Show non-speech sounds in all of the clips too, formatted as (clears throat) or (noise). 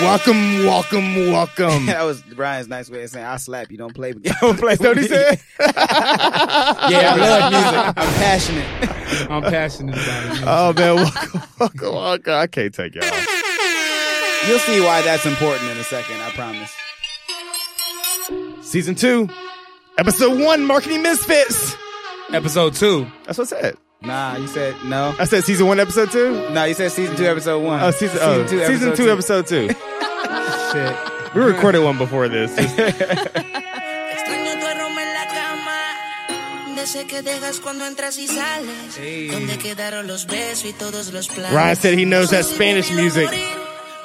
Welcome, welcome, welcome. (laughs) (laughs) that was Ryan's nice way of saying I slap you. Don't play with (laughs) don't play That's what with he me. (laughs) said. Yeah, I love music. (laughs) I'm passionate. I'm passionate about it. Oh man, welcome, welcome, welcome. I can't take y'all. You'll see why that's important in a second. I promise. Season two, episode one, marketing misfits. Episode two. That's what I said. Nah, you said no. I said season one, episode two. No, you said season two, episode one. Oh, season, oh, season two, episode two. (laughs) Shit. We recorded one before this. Extraño tu aroma en la cama. De ese que dejas cuando entras y sales. Donde quedaron los besos y todos los planes. Ryan said he knows that Spanish music. Me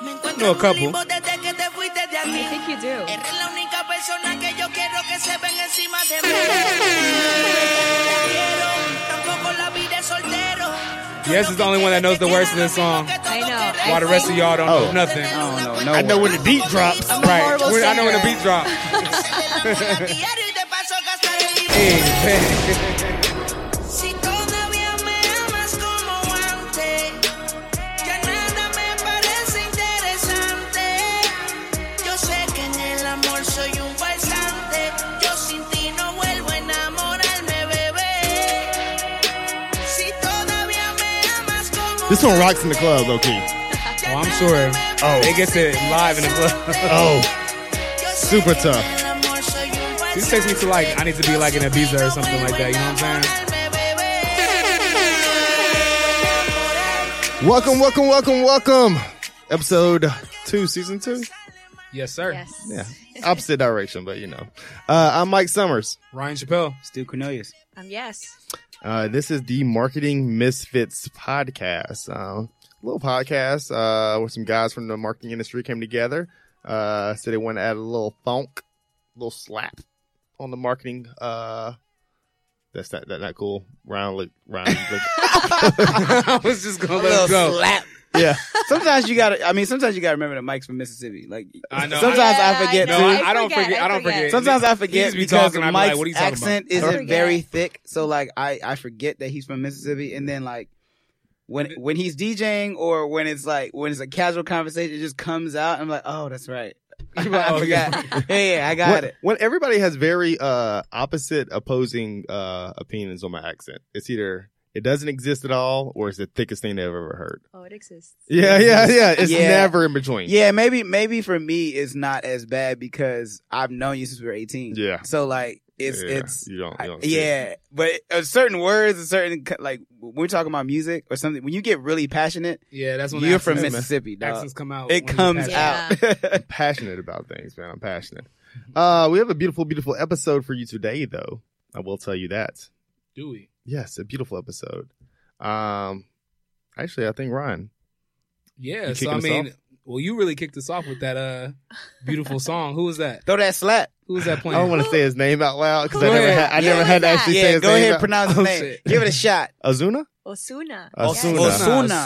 Know encuentro a couple. contigo desde que te fuiste de aquí. I think you do. Eres la única persona que yo quiero que se ven encima de mí. Tampoco la vida es soltero. Yes is the only one that knows the words of this song. I know. While the rest of y'all don't Oh. know nothing. I don't know. No I know one. when the beat drops. I'm a Right. horrible When- I know singer. when the beat drop. (laughs) Diario y de paso gastar el dinero. Si todavía me amas como antes, ya nada me parece interesante. Yo sé que en el amor soy un falsante. Yo sin ti no vuelvo a enamorarme, bebé. Si todavía me amas como This one rocks in the club, low key. antes, Oh, I'm sure. Oh. It gets it live in the club. (laughs) Oh, Yo sé super que tough. en el amor soy un This takes me to like, I need to be like an Ibiza or falsante. something like that. You know what I'm saying? Enamorarme, bebé. welcome, welcome, welcome, welcome. Episode two, season two. Yes, sir. Yes. Yeah, opposite direction, but you know. Uh, I'm Mike Summers. Ryan Chappelle. Stu Cornelius. Um, yes. Uh, this is the Marketing Misfits podcast. Um, little podcast uh, where some guys from the marketing industry came together. Uh, said they want to add a little funk, a little slap on the marketing. Uh, that's not that not cool. Round look, (laughs) round look. I was just gonna let it go. yeah, Sometimes you gotta. I mean, sometimes you gotta remember that Mike's from Mississippi. Like I know. Sometimes Yeah, I forget. I No, too. know. I, I don't forget, forget. I I don't forget. forget. Sometimes I He forget just be because talking, I be like, Mike's "What are you talking about?" accent I isn't forget. very thick, so like I I forget that he's from Mississippi, and then like when when he's DJing or when it's like when it's a casual conversation, it just comes out. I'm like, oh, that's right. (laughs) I (laughs) Oh, yeah. forgot. Yeah, yeah, I got when, it. when everybody has very uh, opposite, opposing uh, opinions on my accent, it's either it doesn't exist at all, or it's the thickest thing they've ever heard. Oh, it exists. Yeah, yeah, yeah. It's Yeah. never in between. Yeah, maybe maybe for me it's not as bad because I've known you since we were 18. Yeah. So like it's Yeah, it's you don't, you don't see it. yeah, but uh, certain words, and certain c- like when we're talking about music or something. When you get really passionate, Yeah, that's when you're accents- from man. Mississippi. dog. Accents come out. It when you're comes passionate. out. passionate about things, man. I'm passionate. Uh, we have a beautiful, beautiful episode for you today, though. I will tell you that. Do we? Yes, a beautiful episode. Um, actually, I think Ryan. Yeah. You so kicking I us mean, off? well, you really kicked us off with that uh beautiful song. Who was (laughs) that? Throw that slap. Who was that I playing? don't want to say his name out loud because I Go never ahead. had. I Yeah, never who's had to that? actually say Yeah, his go name. ahead and out- pronounce his Oh, name. shit. Give it a shot. Ozuna. Osuna. Osuna. Yes. Osuna. Osuna.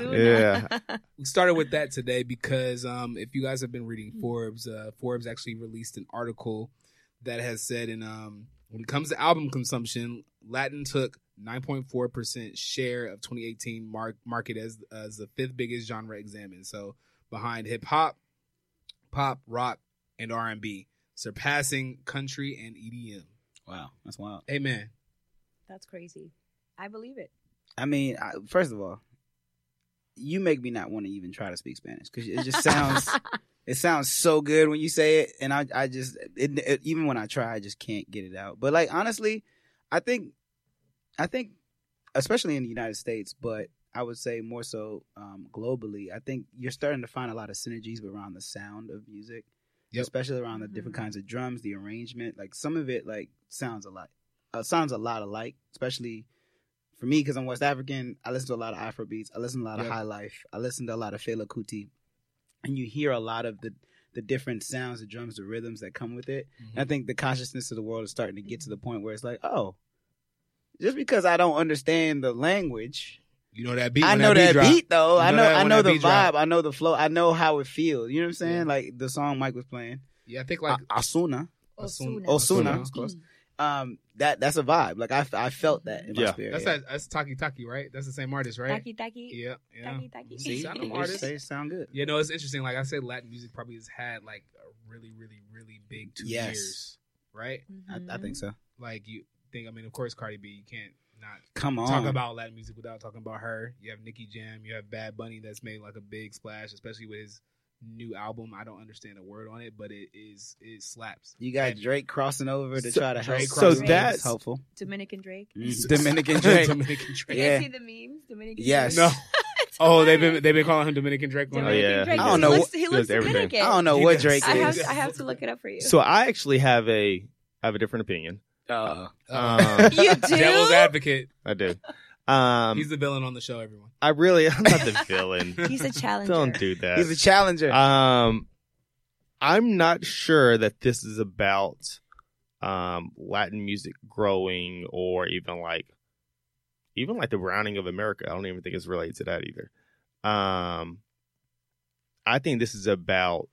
Osuna. Yeah. We started with that today because um, if you guys have been reading Forbes, uh, Forbes actually released an article that has said, in um, when it comes to album consumption, Latin took 9.4 percent share of 2018 mark market as as the fifth biggest genre examined. So behind hip hop, pop, rock, and R and B, surpassing country and EDM. Wow, that's wild. Amen. (laughs) That's crazy. I believe it. I mean, I, first of all, you make me not want to even try to speak Spanish because it just (laughs) sounds it sounds so good when you say it, and I I just it, it- even when I try, I just can't get it out. But like honestly, I think I think especially in the United States, but I would say more so um, globally. I think you're starting to find a lot of synergies around the sound of music, Yep. especially around the different Mhm. kinds of drums, the arrangement. Like some of it, like sounds a lot, uh, sounds a lot alike. Especially for me, because I'm West African. I listen to a lot of Afro beats. I listen to a lot of Yep. high life. I listen to a lot of Fela Kuti, and you hear a lot of the the different sounds, the drums, the rhythms that come with it. And I think the consciousness of the world is starting to get to the point where it's like, oh, just because I don't understand the language, You know that beat. I when know that beat, that drop. beat though. You I know know, that I when know that the beat vibe, drop. I know the flow, I know how it feels. You know what I'm saying? Yeah. Like the song Mike was playing, Uh, Yeah, I think like like Asuna, Osuna. Osuna. Mm. Osuna, Osuna. was close. um, that that's a vibe. Like I, I felt that in my Yeah. spirit. That's yeah. that, that's Taki Taki, right? That's the same artist, right? Taki taki. Yeah, yeah. Taki taki. Mm-hmm. See, See, Shout out they- artists. they sound good. You know, it's interesting. Like I said, Latin music probably has had like a really, really, really big two Yes. years, right? I, I think so. Like you think, I mean, of course, Cardi B. You can't not Come on, talk about Latin music without talking about her. You have Nicki Jam. You have Bad Bunny that's made like a big splash, especially with his new album. I don't understand a word on it, but it is it slaps. You got Drake crossing over to So- try to help. Drake So crossing over. that's helpful. Mm-hmm. Dominican Drake. (laughs) (laughs) Dominican Drake. Dominican Drake. Did you Yeah. guys see the memes? Dominican Yes. No. Drake. (laughs) It's Oh, they've been hilarious. they've been calling him Dominican Drake. Oh, Dominican yeah. Drake. I He don't know looks- what- He does looks everything. Dominican. I don't know He what does. Drake I have is. to, I have to look it up for you. So I actually have a I have a different opinion. Uh, (laughs) Um, (laughs) you (laughs) do. Devil's advocate. I (laughs) do. Um, He's the villain on the show. Everyone. I really (laughs) I'm not the villain. He's a challenger. (laughs) Don't do that. he's a challenger. Um, I'm not sure that this is about um Latin music growing or even like even like the browning of America. I don't even think it's related to that either. Um, I think this is about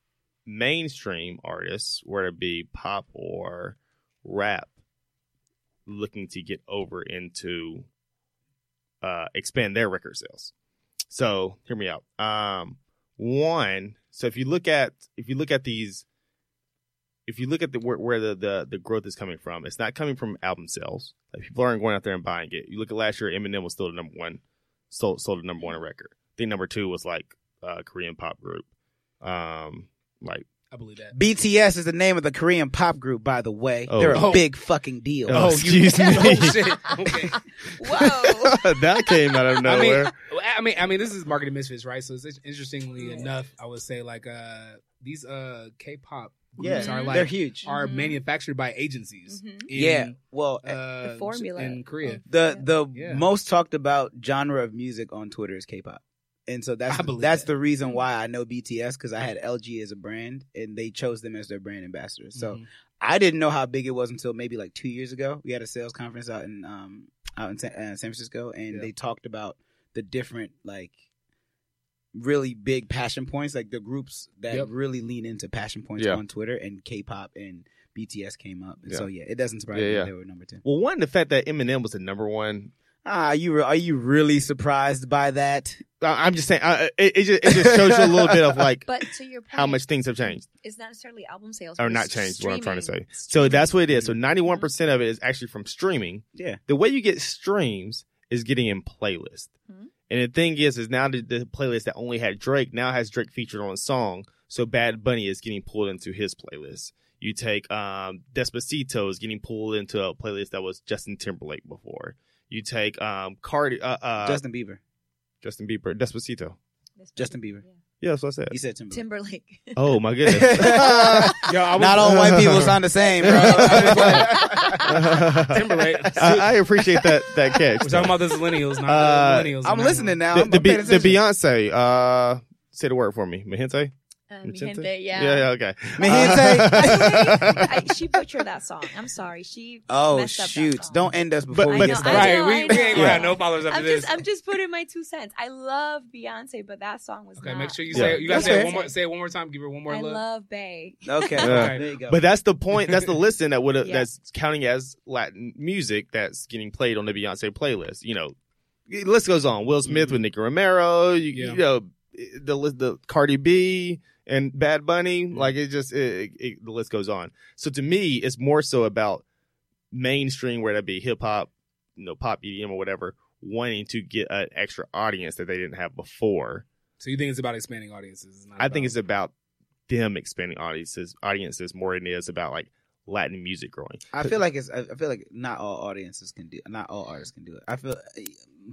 mainstream artists, whether it be pop or rap, looking to get over into uh expand their record sales. So hear me out. Um one so if you look at if you look at these if you look at the where, where the, the the growth is coming from it's not coming from album sales like people aren't going out there and buying it you look at last year eminem was still the number one sold sold the number one record i think number two was like uh korean pop group um like I believe that. BTS is the name of the Korean pop group, by the way. Oh. They're a Oh. big fucking deal. Oh, excuse me. (laughs) (laughs) oh shit. (laughs) Okay. Whoa. that came out of I mean- nowhere Well, I mean, I mean, this is marketing misfits, right? So, it's, interestingly enough, I would say like uh these uh K-pop yeah, groups are they're like huge. are Mhm. manufactured by agencies. Mhm. yeah, in, well, uh, The formula Um, in Korea. of- the the Yeah. most talked about genre of music on Twitter is K-pop, and so that's I believe that's that. the reason why I know BTS because I had LG as a brand, and they chose them as their brand ambassadors. (laughs) So Mhm. I didn't know how big it was until maybe like two years ago. We had a sales conference out in um out in San, uh, San Francisco, and Yeah. they talked about the different like really big passion points, like the groups that Yep. really lean into passion points Yeah. on Twitter, and K-pop and BTS came up, and Yeah. so yeah, it doesn't surprise Yeah, me yeah. that they were number ten. well one the fact that eminem was the number one Ah, are you re- are you really surprised by that? I, i'm just saying uh, it, it, just, it just shows you a little bit of like (laughs) But to your point, how much things have changed it's not necessarily album sales or but not it's changed. What I'm trying to say. streaming. So that's what it is. So 91 percent of it is actually from streaming. Yeah. The way you get streams is getting in playlist. Mhm. And the thing is, is now the, the playlist that only had Drake now has Drake featured on a song. So Bad Bunny is getting pulled into his playlist. You take um, Despacito is getting pulled into a playlist that was Justin Timberlake before. You take um, Cardi, uh, uh, Justin, Justin Bieber, Bieber, Despacito. That's Justin pretty- Bieber. yeah. Yeah, that's what I said. you said Timberlake. (laughs) Timberlake. Oh my goodness. Yo, I was- Not all white (laughs) people sound the same, bro. (laughs) Timberlake. I, I appreciate that that catch. We're talking about the millennials, not Uh, the millennials. I'm Not- listening now. the, I'm, the, I'm Be- paying the attention. Beyonce. Uh, say the word for me. Mahente. (laughs) Um, Magenta? Gente, yeah. Yeah. Yeah. Okay. Uh, (laughs) (laughs) Mahente. (laughs) I, she butchered that song. I'm sorry. She Oh messed up that shoot! song. Don't end us But- before we but- get I know, started. I right, know, we, I we ain't gonna have know. no followers after I'm this. just I'm just putting my two cents. I love Beyonce, but that song was okay, not. make sure you Yeah. say you gotta That's say it fair. one more. Say it one more time. Give her one more I look. love Bay. Okay, Yeah. alright, there you go. But that's the point. That's the listen that would Yeah. that's counting as Latin music that's getting played on the Beyonce playlist. You know, the list goes on. Will Smith with Nicky Romero. You, Yeah. you know, the list, the Cardi B and Bad Bunny. Like it just it, it, the list goes on. So to me, it's more so about mainstream, whether that be hip hop, you know, pop EDM or whatever, wanting to get an extra audience that they didn't have before. So you think it's about expanding audiences? It's not I think about- it's about them expanding audiences audiences more than it is about like Latin music growing. I feel like it's. I I feel like not all audiences can do. Not all artists can do it. I feel.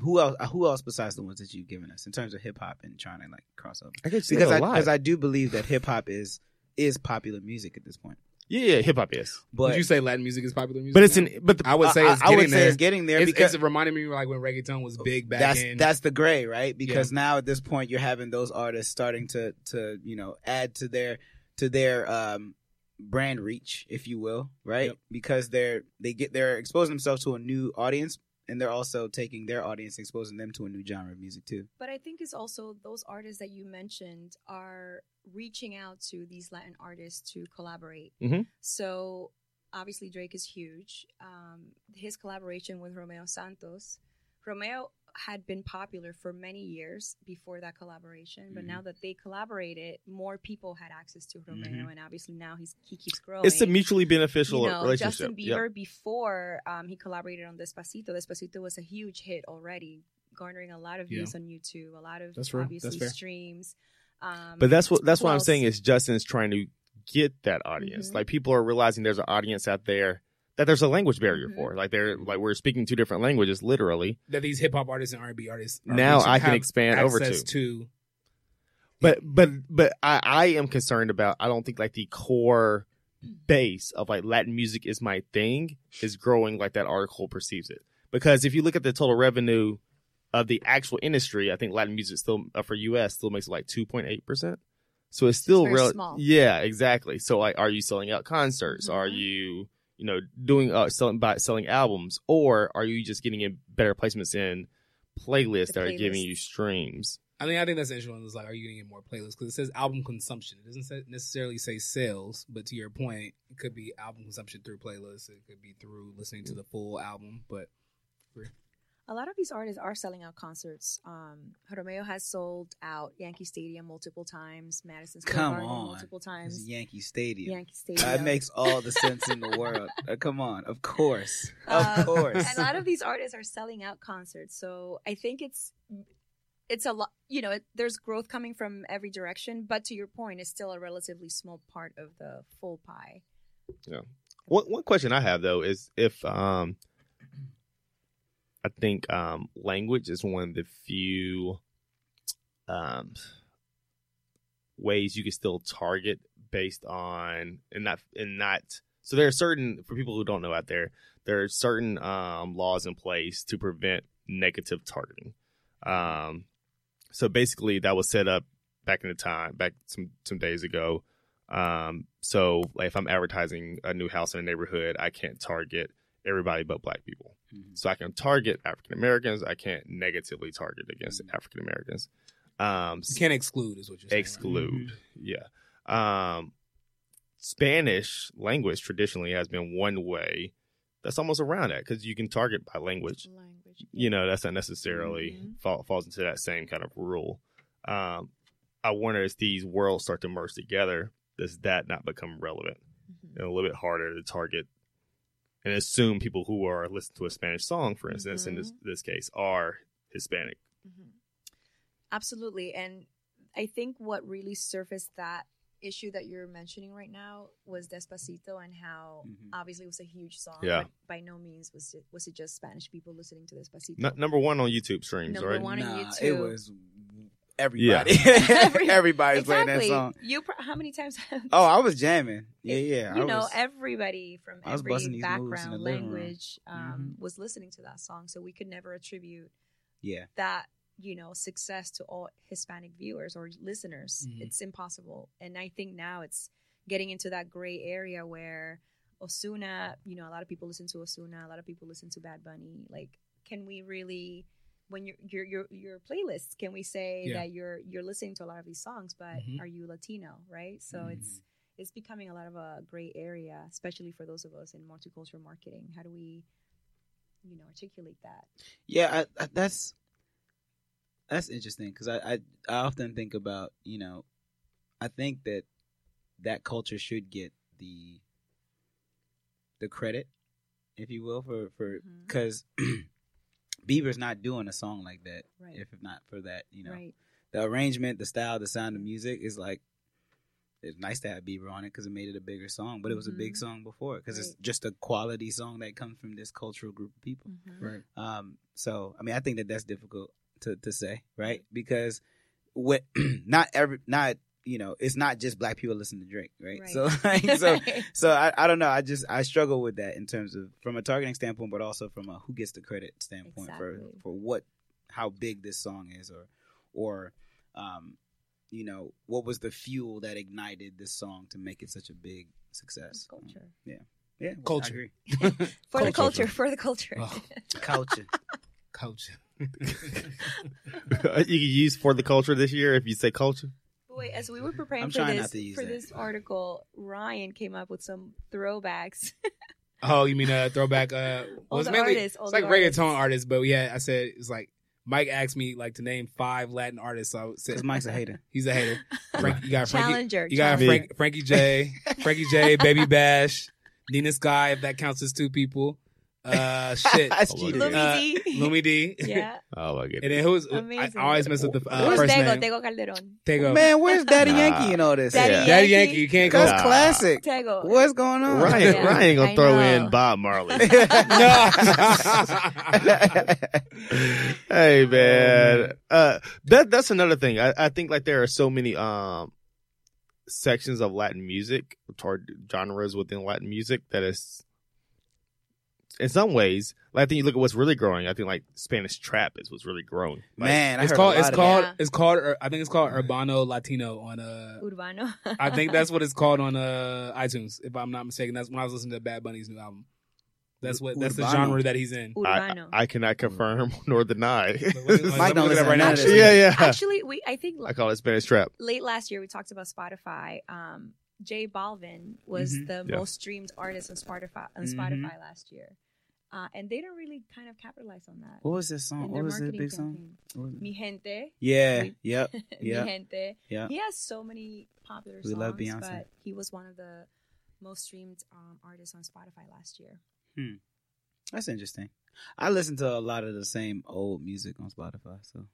Who else? Who else besides the ones that you've given us in terms of hip hop and trying to like cross over? I guess Because I because I do believe that hip hop is is popular music at this point. yeah, yeah, hip hop is, But Would you say Latin music is popular music? but it's now? an but the, I would say I, it's I getting would say there. it's getting there It's- because it's reminding me like when reggaeton was big back that's in. that's the gray, right? Because now at this point you're having those artists starting to to you know add to their to their um brand reach, if you will, right? Yep. Because they're they get they're exposing themselves to a new audience and they're also taking their audience and exposing them to a new genre of music too. But I think it's also those artists that you mentioned are reaching out to these Latin artists to collaborate. Mhm. So obviously Drake is huge. Um, his collaboration with Romeo Santos, Romeo had been popular for many years before that collaboration, but Mhm. now that they collaborated, more people had access to Romeo, Mhm. and obviously now he's he keeps growing. It's a mutually beneficial You know, relationship. Justin Bieber before um, he collaborated on Despacito. Despacito was a huge hit already, garnering a lot of Yeah. views on YouTube, a lot of That's real. That's obviously fair. streams. Um, But that's what that's what I'm Well, saying is Justin's trying to get that audience. Mhm. Like people are realizing there's an audience out there that there's a language barrier Mhm. for. Like they're like we're speaking two different languages literally. that these hip hop artists and R and B artists are Now reaching- I can have expand over access to. to. But but but I I am concerned about I don't think like the core base of like Latin music is my thing is growing like that article perceives it. Because if you look at the total revenue of the actual industry, I think Latin music still uh, for US still makes like 2.8%. So it's still very real small. Yeah, exactly. So like are you selling out concerts? Are Mhm. you you know doing uh, selling by selling albums or are you just getting in better placements in playlists The that are giving you playlists. streams? I mean, I think that's an interesting. one, Is like, are you getting in more playlists? Because it says album consumption. It doesn't say, necessarily say sales, but to your point, it could be album consumption through playlists. It could be through listening to the full album. But a lot of these artists are selling out concerts. Um, Romeo has sold out Yankee Stadium multiple times, Madison Square Come Garden on. multiple It's times, Yankee Stadium. Yankee Stadium. That makes all the sense in the (laughs) world. Uh, come on, of course, of Uh, course. and a lot of these artists are selling out concerts. So I think it's it's a lot. You know, it, there's growth coming from every direction, but to your point, it's still a relatively small part of the full pie. One one question I have though is if um I think um language is one of the few um ways you can still target based on and not and not so there are certain for people who don't know out there there are certain um laws in place to prevent negative targeting um so basically that was set up back in the time back some some days ago um, so like if I'm advertising a new house in a neighborhood, I can't target everybody but black people. Mhm. So I can target African Americans. I can't negatively target against African Americans. Um, Mm-hmm. you can't Mm-hmm. exclude, is what you're saying. right? exclude. Yeah. Um, Spanish language traditionally has been one way that's almost around that because you can target by language Language. you know that's not necessarily Mhm. fall, falls into that same kind of rule um i wonder as these worlds start to merge together does that not become relevant and a little bit harder to target and assume people who are listening to a spanish song for instance in this, Mm-hmm. this case are hispanic Mhm. Absolutely. And I think what really surfaced that issue that you're mentioning right now was Despacito and how Mhm. obviously it was a huge song, Mm. Yeah. but by no means was it, was it just Spanish people listening to Despacito. N- number one on youtube streams Number right (laughs) one. wanted you Mm-hmm. nah, to- it was everybody. (laughs) Everybody's playing that song. You pro- how many times? have- Oh, I was jamming. Yeah, It- yeah. You I know, was, everybody from I was every busting these moves in the background, living room. Mm-hmm. language, um, was listening to that song, so we could never attribute yeah. that you know success to all Hispanic viewers or listeners. Mhm. It's impossible, and I think now it's getting into that gray area where Osuna. You know, a lot of people listen to Osuna. A lot of people listen to Bad Bunny. Like, can we really? When your your your your playlists, can we say Yeah. that you're you're listening to a lot of these songs, but Mhm. are you Latino, right? So it's it's becoming a lot of a gray area, especially for those of us in multicultural marketing. How do we, you know, articulate that? Yeah, I, I, that's that's interesting because I, I I often think about you know, I think that that culture should get the the credit, if you will, for for Mhm. because (clears throat) Bieber's not doing a song like that Right. if not for that you know Right. the arrangement, the style, the sound of music is like it's nice to have Bieber on it because it made it a bigger song, but it was a big Mhm. song before because it's Right. just a quality song that comes from this cultural group of people. Mhm. Right. Um, so I mean, I think that that's difficult to, to say, right? Because what (clears throat) not every not you know it's not just black people listen to Drake, right? Right. So (laughs) (laughs) like, so Right. so I, I don't know. I just I struggle with that in terms of from a targeting standpoint, but also from a who gets the credit standpoint for Exactly. for what how big this song is or or um you know what was the fuel that ignited this song to make it such a big success Um, Culture. yeah well, I Culture. agree. For Culture. the culture, for the culture. (laughs) Oh. (laughs) culture Culture. (laughs) you can use for the culture this year if you say culture Ooh, wait, as we were preparing I'm for trying not this to use for that. this article, Ryan came up with some throwbacks. Oh, you mean uh, throwback? Uh, well, it's Older mainly artists, it's older like artists. reggaeton artists, but we had I said it's like Mike asked me like to name five Latin artists. So I said Because Mike's a hater. he's a (laughs) hater. Frank, you got Frankie, Challenger. you got Challenger. Frank, Frankie (laughs) J, Frankie J, Baby Bash, Nina Sky. If that counts as two people, (laughs) uh, (laughs) shit, That's Hold on. cheating. Look- Lumi uh, D. Lumi D, (laughs) yeah. Oh my (laughs) and goodness. then who's I Amazing. always mess up the uh, Where's first name. Tego? Tego Calderon. Tego, Man, where's Daddy Nah. Yankee and all this? Daddy Yeah. Daddy Yankee. Yankee. You can't go. (laughs) Nah. That's (laughs) classic. Tego. What's going on? Ryan, Yeah, Ryan gonna I throw in know. Bob (laughs) Marley. (laughs) (laughs) No. hey man, uh, that that's another thing. I, I think like there are so many um sections of Latin music, or genres within Latin music that is, in some ways, like I think you look at what's really growing. I think like Spanish trap is what's really growing. Like, Man, I it's heard called a lot it's of called that. it's called Ur- I think it's called Urbano Latino on uh Urbano. (laughs) I think that's what it's called on uh iTunes if I'm not mistaken. That's when I was listening to Bad Bunny's new album. That's what that's the Urbano. genre that he's in. I, (laughs) Urbano. I cannot confirm (laughs) nor deny. (laughs) Mike don't Look it listen up to none of this. yeah, (laughs) (laughs) yeah. Actually, we I think I call it Spanish trap. late last year we talked about Spotify. Um, Jay Balvin was Mm-hmm. Mhm. the Yeah. most streamed artist on Spotify on Mhm. Spotify last year, uh, and they don't really kind of capitalize on that. What was this song? in Mm, What their was the marketing big song? campaign. What was it? Mi gente, Yeah. We- Yep. Yeah. mi gente. Yeah. He has so many popular We songs, love Beyonce. but he was one of the most streamed um, artists on Spotify last year. That's interesting. I listen to a lot of the same old music on Spotify, so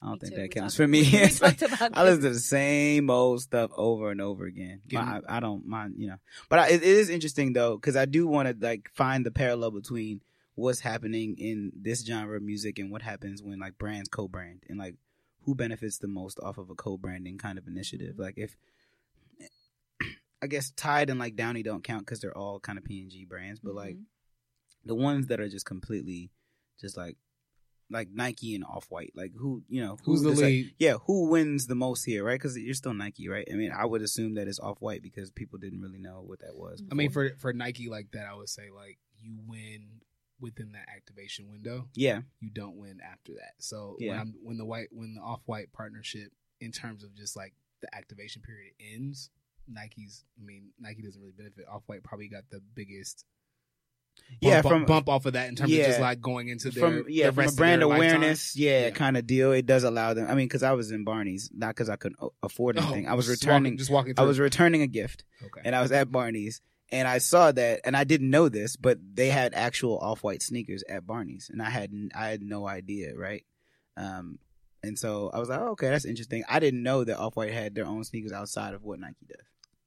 I don't Me think too. that We counts talked- for me. we (laughs) It's like, talked about I listen this. to the same old stuff over and over again. Give My- I, I don't mind, you know. But I, it, it is interesting though, because I do want to like find the parallel between what's happening in this genre of music and what happens when like brands co-brand and like who benefits the most off of a co-branding kind of initiative. Mhm. Like if (clears throat) I guess Tide and like Downey don't count because they're all kind of P and G brands, but like Mhm. the ones that are just completely just like like Nike and Off White. Like who you know who Who's the is, like- lead? yeah, who wins the most here, right? Because you're still Nike, right? I mean, I would assume that it's Off White because people didn't really know what that was. I mean before. for for Nike like that I would say like you win within that activation window. yeah, You don't win after that. So when Yeah. I'm, when the white when the off-white partnership in terms of just like the activation period ends, Nike's I mean Nike doesn't really benefit. Off-white probably got the biggest yeah, bump, from bump off of that in terms of just yeah. like going into their, from yeah the from a rest of brand their lifetime. awareness, yeah, Yeah. kind of deal. It does allow them. I mean, because I was in Barney's, not because I couldn't a- afford Oh, anything. I was just returning. walking- just walking. I Through. was returning a gift, okay. and I was at Barney's, and I saw that, and I didn't know this, but they had actual Off White sneakers at Barney's, and I had I had no idea, right? Um, and so I was like, oh, okay, that's interesting. I didn't know that Off White had their own sneakers outside of what Nike does.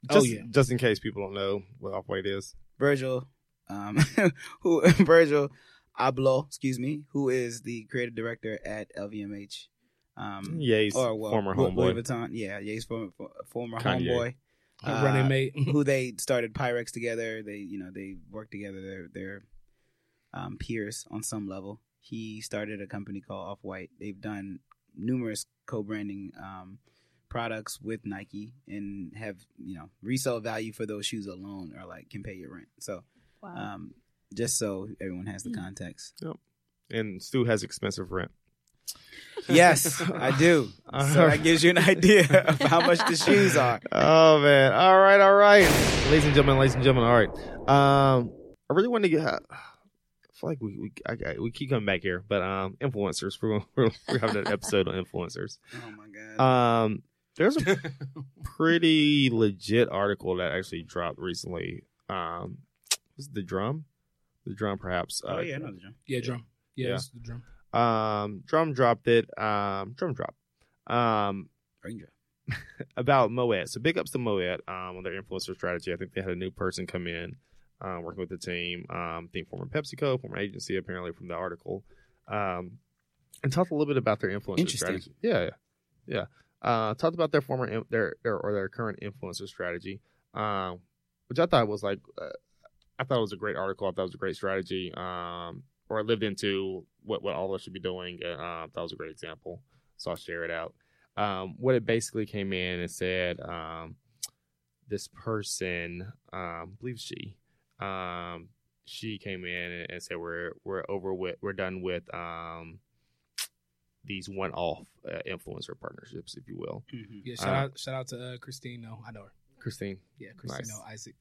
Oh, Just, yeah. just in case people don't know what off white is. Virgil, um, (laughs) who Virgil Abloh, excuse me, who is the creative director at LVMH, um, Ye's or well, former Louis homeboy. Vuitton, yeah, yeah, he's former former Kanye. homeboy. Uh, running uh, (laughs) mate. who they started Pyrex together. They, you know, they worked together. They're, they're um, peers on some level. He started a company called Off White. They've done numerous co-branding um, products with Nike and have, you know, resale value for those shoes alone or like can pay your rent. So, Wow. um, just so everyone has the Mm. context. and Stu has expensive rent. yes, I do. (laughs) Uh-huh. So that gives you an (laughs) idea of how much the shoes are. (laughs) Oh man! All right, all right, ladies and gentlemen, ladies and gentlemen. All right, um, I really want to get. (sighs) I feel like we we, I, I- we keep coming back here, but um, influencers. We're gonna- (laughs) we're, we're having an episode on influencers. Oh my god. Um, there's (laughs) a pretty legit article that actually dropped recently. Um, was it the drum? The drum, perhaps. oh uh, yeah, another jump. yeah, drum. Yeah, Yeah. it's the drum. Um, drum dropped it. Um, drum drop. Um, Ring drop. about Moed. So big ups to Moed um, on their influencer strategy. I think they had a new person come in um, working with the team. Um, I think former PepsiCo, former agency, apparently from the article. Um, and talked a little bit about their influencer Interesting. strategy. Yeah, yeah, yeah. Uh, talked about their former in- their, their or their current influencer strategy, um, which I thought was like uh, I thought it was a great article. I thought it was a great strategy. Um, or it lived into what what all of us should be doing. Uh, I thought it was a great example, so I'll share it out um, what it basically came in and said um, this person, um, I believe she, um, she came in and, and said we're we're over with, we're done with um, these one-off uh, influencer partnerships, if you will. Mhm. Yeah, shout Uh, out, shout out to uh, Christine. No, I know her. Christine, Yeah, Christine. Nice. No, Isaac,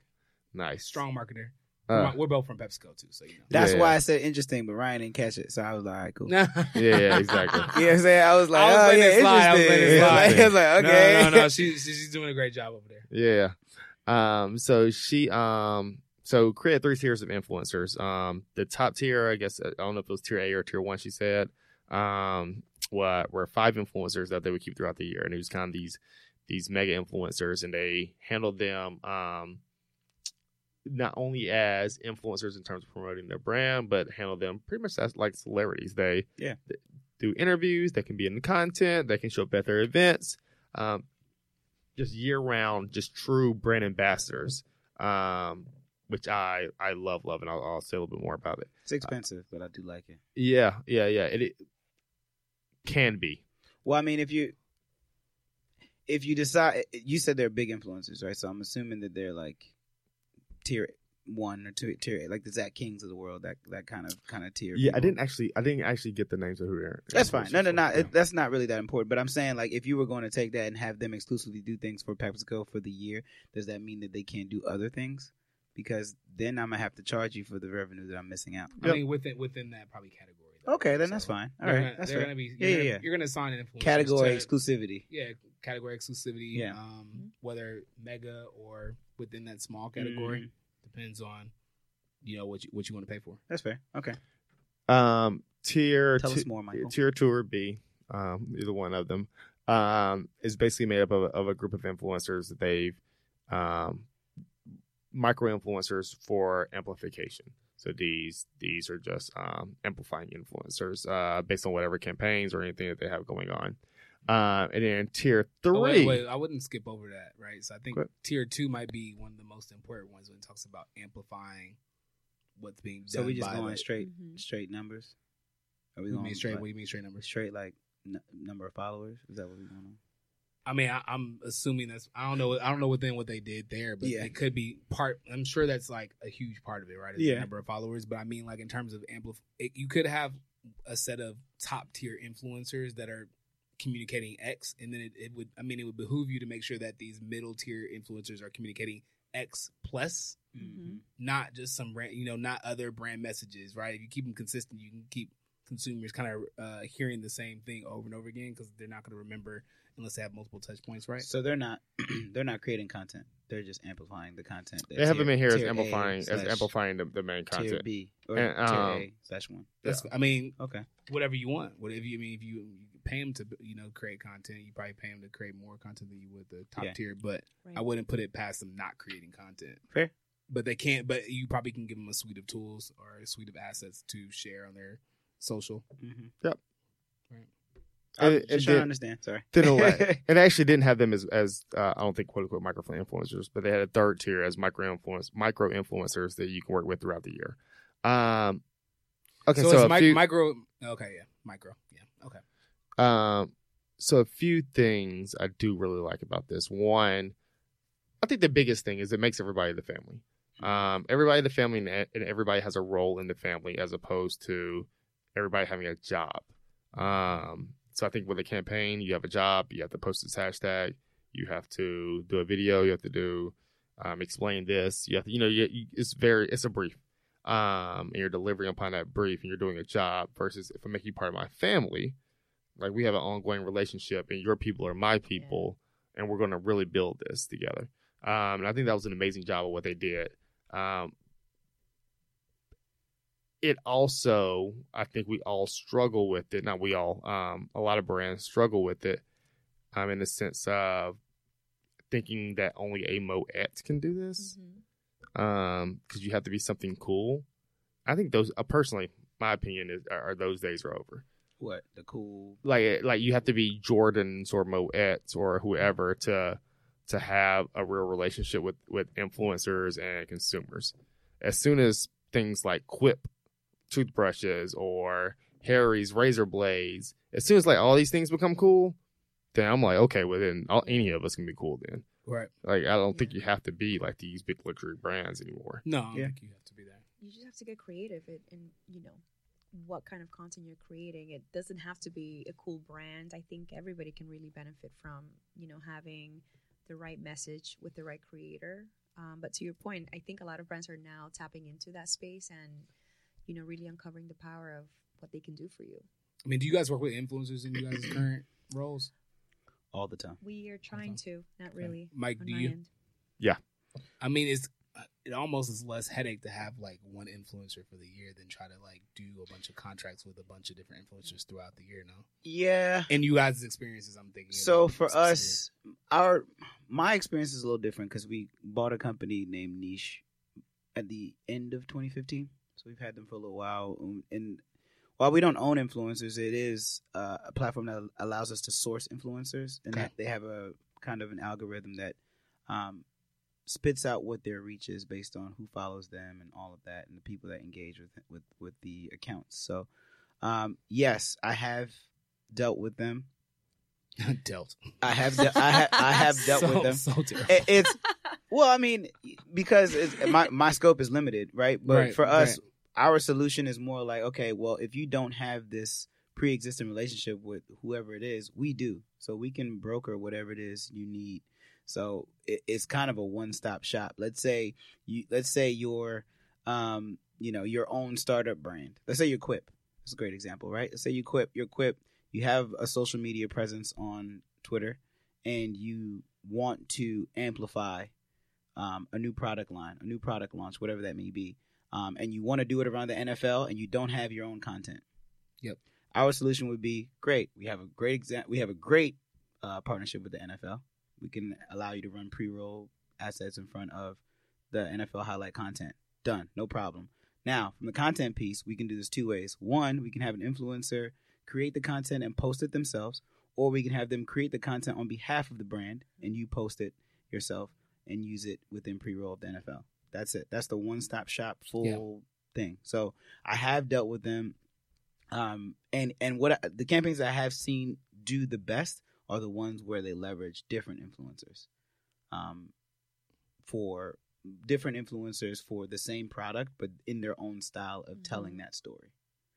nice, strong marketer. We're Uh, mo- We're both from PepsiCo too, (laughs) so you know. That's Yeah. why I said interesting, but Ryan didn't catch it, so I was like, all right, cool. yeah, yeah, yeah, (laughs) exactly. You know what I'm saying? I was like, I was oh, letting yeah, it slide. I was interesting. (laughs) letting it slide. Like, I was like, okay. No, (laughs) no, no. She, she- she's doing a great job over there. Yeah. Um, so she um so create three tiers of influencers. Um the top tier, I guess uh, I don't know if it was tier A or tier one, she said. Um what were five influencers that they would keep throughout the year. And it was kind of these these mega influencers and they handled them um not only as influencers in terms of promoting their brand, but handle them pretty much as like celebrities. They Yeah. th- do interviews, they can be in the content, they can show up at their events. Um, just year round, just true brand ambassadors, um, which I I love, love, and I'll, I'll say a little bit more about it. It's expensive, but I do like it. Yeah, yeah, yeah. It, it can be. Well, I mean, if you if you decide, you said they're big influencers, right? So I'm assuming that they're like tier one or two, tier like the Zach Kings of the world, that that kind of kind of tier. Yeah, I people. didn't actually, I didn't actually get the names of who they're. That's fine. No, no, no. Yeah. It, that's not really that important. But I'm saying, like, if you were going to take that and have them exclusively do things for PepsiCo for the year, does that mean that they can't do other things? Because then I'm gonna have to charge you for the revenue that I'm missing out. I Yep. mean, within within that probably category. though. Okay, then So, that's fine. All they're right, gonna- that's they're fair. gonna be Yeah, you're gonna, yeah, yeah. You're gonna sign an influencer Category to- exclusivity. yeah, category exclusivity. Yeah. Um, whether mega or within that small Mm. category depends on, you know, what you, what you want to pay for. Mm-hmm. That's fair. Okay, Um, tier tell two, us more, Michael. tier two or B, um, either one of them, um, is basically made up of, of a group of influencers that they've um, micro influencers for amplification. So these these are just um, amplifying influencers uh, based on whatever campaigns or anything that they have going on. Uh, and then tier three, Oh, wait, wait, I wouldn't skip over that, right? So I think Good. tier two might be one of the most important ones when it talks about amplifying what's being So done. we just by going the- straight Mhm. straight numbers. Are we What do you mean going straight? mm-hmm. straight What do you mean straight numbers? straight like n- number of followers? Is that what we're going on? I mean, I, I'm assuming that's I don't know I don't know within what they did there, but Yeah. it could be part. I'm sure that's like a huge part of it, right? Is Yeah. the number of followers, but I mean, like in terms of amplif, it, you could have a set of top tier influencers that are communicating X, and then it, it would. I mean, it would behoove you to make sure that these middle tier influencers are communicating X plus, Mm-hmm. Mhm. not just some brand, you know, not other brand messages, right? If you keep them consistent, you can keep consumers kind of uh, hearing the same thing over and over again because they're not going to remember unless they have multiple touch points, right? So they're not (clears throat) they're not creating content. They're just amplifying the content. that they have tier- them in here as tier A amplifying as slash amplifying the, the main Tier content. B or And, um, tier A slash one. That's I mean, Okay. whatever you want. Whatever you I mean, if you, you pay them to you know create content, you probably pay them to create more content than you would the top Yeah. tier. But Right. I wouldn't put it past them not creating content. Fair. But they can't. But you probably can give them a suite of tools or a suite of assets to share on their social. Mm-hmm. Yep. Right. I'm And- just and then- trying to understand. Sorry. Then a la- and they actually didn't have them as as uh, I don't think quote unquote micro influencers, but they had a third tier as micro influence micro influencers that you can work with throughout the year. Um, okay, so, so, it's a mi- few, micro. Okay, yeah, micro. Yeah, okay. um, so a few things I do really like about this. One, I think the biggest thing is it makes everybody the family. Um, everybody the family and e- and everybody has a role in the family as opposed to everybody having a job. Um, so I think with a campaign, you have a job, you have to post this hashtag, you have to do a video, you have to do um, explain this, you have to, you know, you, you, it's very, it's a brief, um, and you're delivering upon that brief, and you're doing a job. Versus if I make you part of my family, like we have an ongoing relationship, and your people are my people, and we're going to really build this together. Um, and I think that was an amazing job of what they did. Um, it also, I think we all struggle with it. Not we all, um, a lot of brands struggle with it um, in the sense of thinking that only a Moet can do this Mhm. because um, you have to be something cool. I think those, uh, personally, my opinion is are, are those days are over. (laughs) What the cool? Like, eh, like you have to be Jordans or Moets or whoever to to have a real relationship with with influencers and consumers. As soon as things like Quip toothbrushes or Harry's razor blades, as soon as like all these things become cool, then I'm like, okay, well then all, any of us can be cool then. Right. Like I don't think you have to be like these big luxury brands anymore. No, I don't Yeah. think you have to be there. You just have to get creative it, and you know what kind of content you're creating. It doesn't have to be a cool brand. I think everybody can really benefit from, you know, having the right message with the right creator. Um, but to your point, I think a lot of brands are now tapping into that space and, you know, really uncovering the power of what they can do for you. I mean, do you guys work with influencers in you (clears throat) guys' current roles? all the time. We are trying to, not really. Mike, on do my you? (laughs) end. I mean, it's uh, it almost is less headache to have like one influencer for the year than try to like do a bunch of contracts with a bunch of different influencers throughout the year. No, Yeah. and you guys' experiences, I'm thinking. So about for specifically. us, our my experience is a little different because we bought a company named Niche at the end of 2015. So we've had them for a little while, um, and while we don't own influencers, it is uh, a platform that allows us to source influencers, and Okay. that they have a kind of an algorithm that um, spits out what their reach is based on who follows them and all of that, and the people that engage with with with the accounts. So um, yes, I have dealt with them. (laughs) dealt. I have de- I, ha- I have (laughs) dealt so, with them. Eh. So terrible. It- it's well, I mean, because it's, my my scope is limited, right? But Right, for us, our solution is more like, okay, well, if you don't have this pre-existing relationship with whoever it is, we do, so we can broker whatever it is you need. So it, it's kind of a one-stop shop. Let's say you, let's say your, um, you know, your own startup brand. Let's say your Quip. That's a great example, right? Let's say you Quip. Your Quip. You have a social media presence on Twitter, and you want to amplify um, a new product line, a new product launch, whatever that may be, um, and you want to do it around the NFL, and you don't have your own content. Yep. Our solution would be great. We have a great exam- We have a great uh, partnership with the NFL. We can allow you to run pre-roll assets in front of the NFL highlight content. Done. No problem. Now, from the content piece, we can do this two ways. One, we can have an influencer create the content and post it themselves, or we can have them create the content on behalf of the brand and you post it yourself and use it within pre-roll of the NFL. That's it. That's the one-stop shop full thing. So I have dealt with them, um, and and what I, the campaigns I have seen do the best are the ones where they leverage different influencers, um, for different influencers for the same product but in their own style of telling Mhm. that story.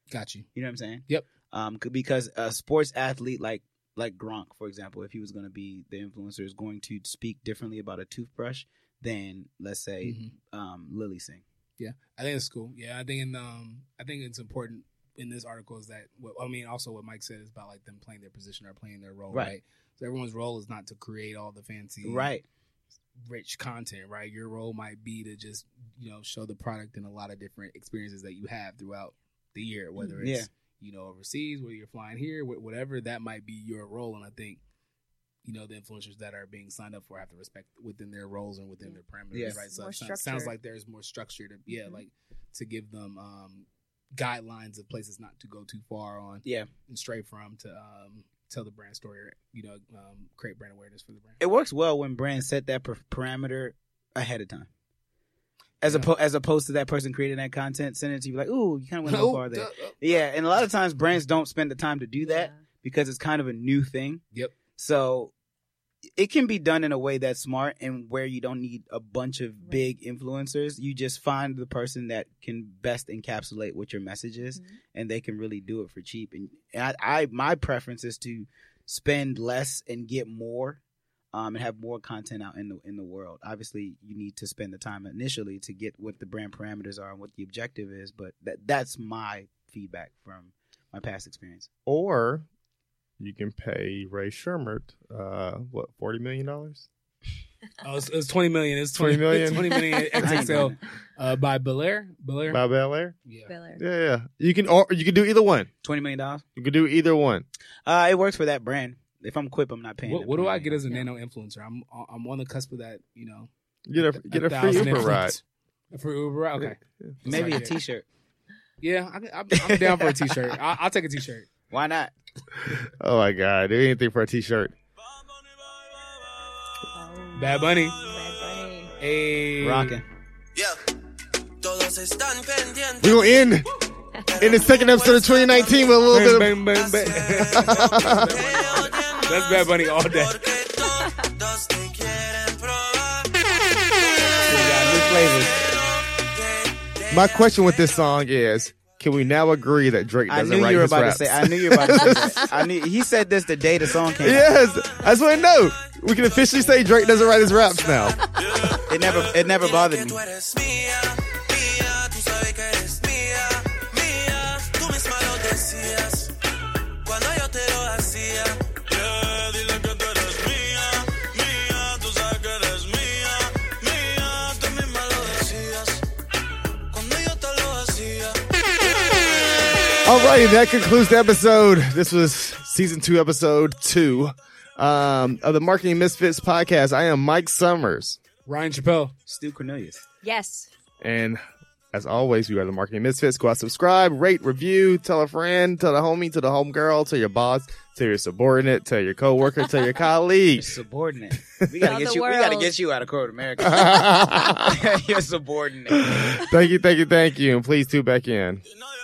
Got you. You know what I'm saying? Yep. Um, c- because a sports athlete like like Gronk, for example, if he was going to be the influencer, is going to speak differently about a toothbrush than let's say Mhm. um, Lily Singh. I think it's cool. Yeah, I think in um, I think it's important in this article is that what I mean. Also, what Mike said is about like them playing their position or playing their role, right? Right. So everyone's role is not to create all the fancy, Right. rich content, right? Your role might be to just you know show the product in a lot of different experiences that you have throughout the year, whether it's Mm, Yeah. you know overseas, whether you're flying here, wh- whatever that might be your role. And I think you know the influencers that are being signed up for have to respect within their roles and within Yeah. their parameters, Yes. right? So More it sounds, sounds structure. like there's more structure to yeah, Mhm. like to give them um, guidelines of places not to go too far on Yeah. and stray from to um, tell the brand story, or, you know, um, create brand awareness for the brand. It works well when brands set that per- parameter ahead of time. As, Yeah. oppo- as opposed to that person creating that content, sending it to you like, ooh, you kind of went a little (laughs) Oh, far there. duh, oh. Yeah, and a lot of times brands don't spend the time to do that. because it's kind of a new thing. Yep. So it can be done in a way that's smart and where you don't need a bunch of Right. big influencers. You just find the person that can best encapsulate what your message Yeah. is Mhm. and they can really do it for cheap. And I, I my preference is to spend less and get more, um, and have more content out in the in the world. Obviously, you need to spend the time initially to get what the brand parameters are and what the objective is. But that that's my feedback from my past experience. Or you can pay Ray Shermert, uh, what, $40 million? Oh, it's, it's twenty million. It's 20 20 Mm-hmm. million. 20 (laughs) (laughs) million I ain't doing XXL it. uh, by Belair. Belair. By Bel Air? yeah. Bel Air. Yeah, yeah. You can, or you can do either one. Twenty million dollars. You can do either one. Uh, it works for that brand. If I'm Quip, I'm not paying. What, the what do I brand. get as a Yeah. nano influencer? I'm I'm on the cusp of that. You know, Get a, get a free thousand Uber ride. influence- A free Uber ride. Okay. Maybe Sorry, a yeah. T-shirt. Yeah, I, I'm, I'm down for (laughs) a t-shirt. I, I'll take a t-shirt. Why not? Oh my God. Do anything for a t shirt. Oh. Bad Bunny. Bad Bunny. Hey, Rocking. Yeah. Todos están pendientes. We're going to end in the second episode of 2019 with a little bit of. Bang, bang, bang, bang. (laughs) (laughs) That's Bad Bunny all (laughs) day. Porque todos te quieren probar. We got new flavors. My question with this song is Can we now agree that Drake I doesn't knew write you were his about raps? to say. I knew you were about to (laughs) say that. I knew he said this the day the song came. out. yes, I just want to know. We can officially say Drake doesn't write his raps now. It never it never bothered me. Tú eres mía, mía, tú sabes que eres mía, mía. Tú misma lo decías cuando yo te lo hacía. Yeah, dile que tú eres mía, mía, tú sabes que eres mía, mía. Tú misma lo decías cuando yo te lo hacía. All right, that concludes the episode. This was season two, episode two um, of the Marketing Misfits podcast. I am Mike Summers. Ryan Chappelle. Stu Cornelius. Yes. And as always, we are the Marketing Misfits. Go out, subscribe, rate, review, tell a friend, tell a homie, tell the homegirl, tell your boss, tell your subordinate, tell your coworker, tell your colleague. You're subordinate. We gotta Tell get the you. We gotta world. get you out of corporate (laughs) America. (laughs) (laughs) thank You're subordinate. you, thank you, thank you. And please tune back in. Y no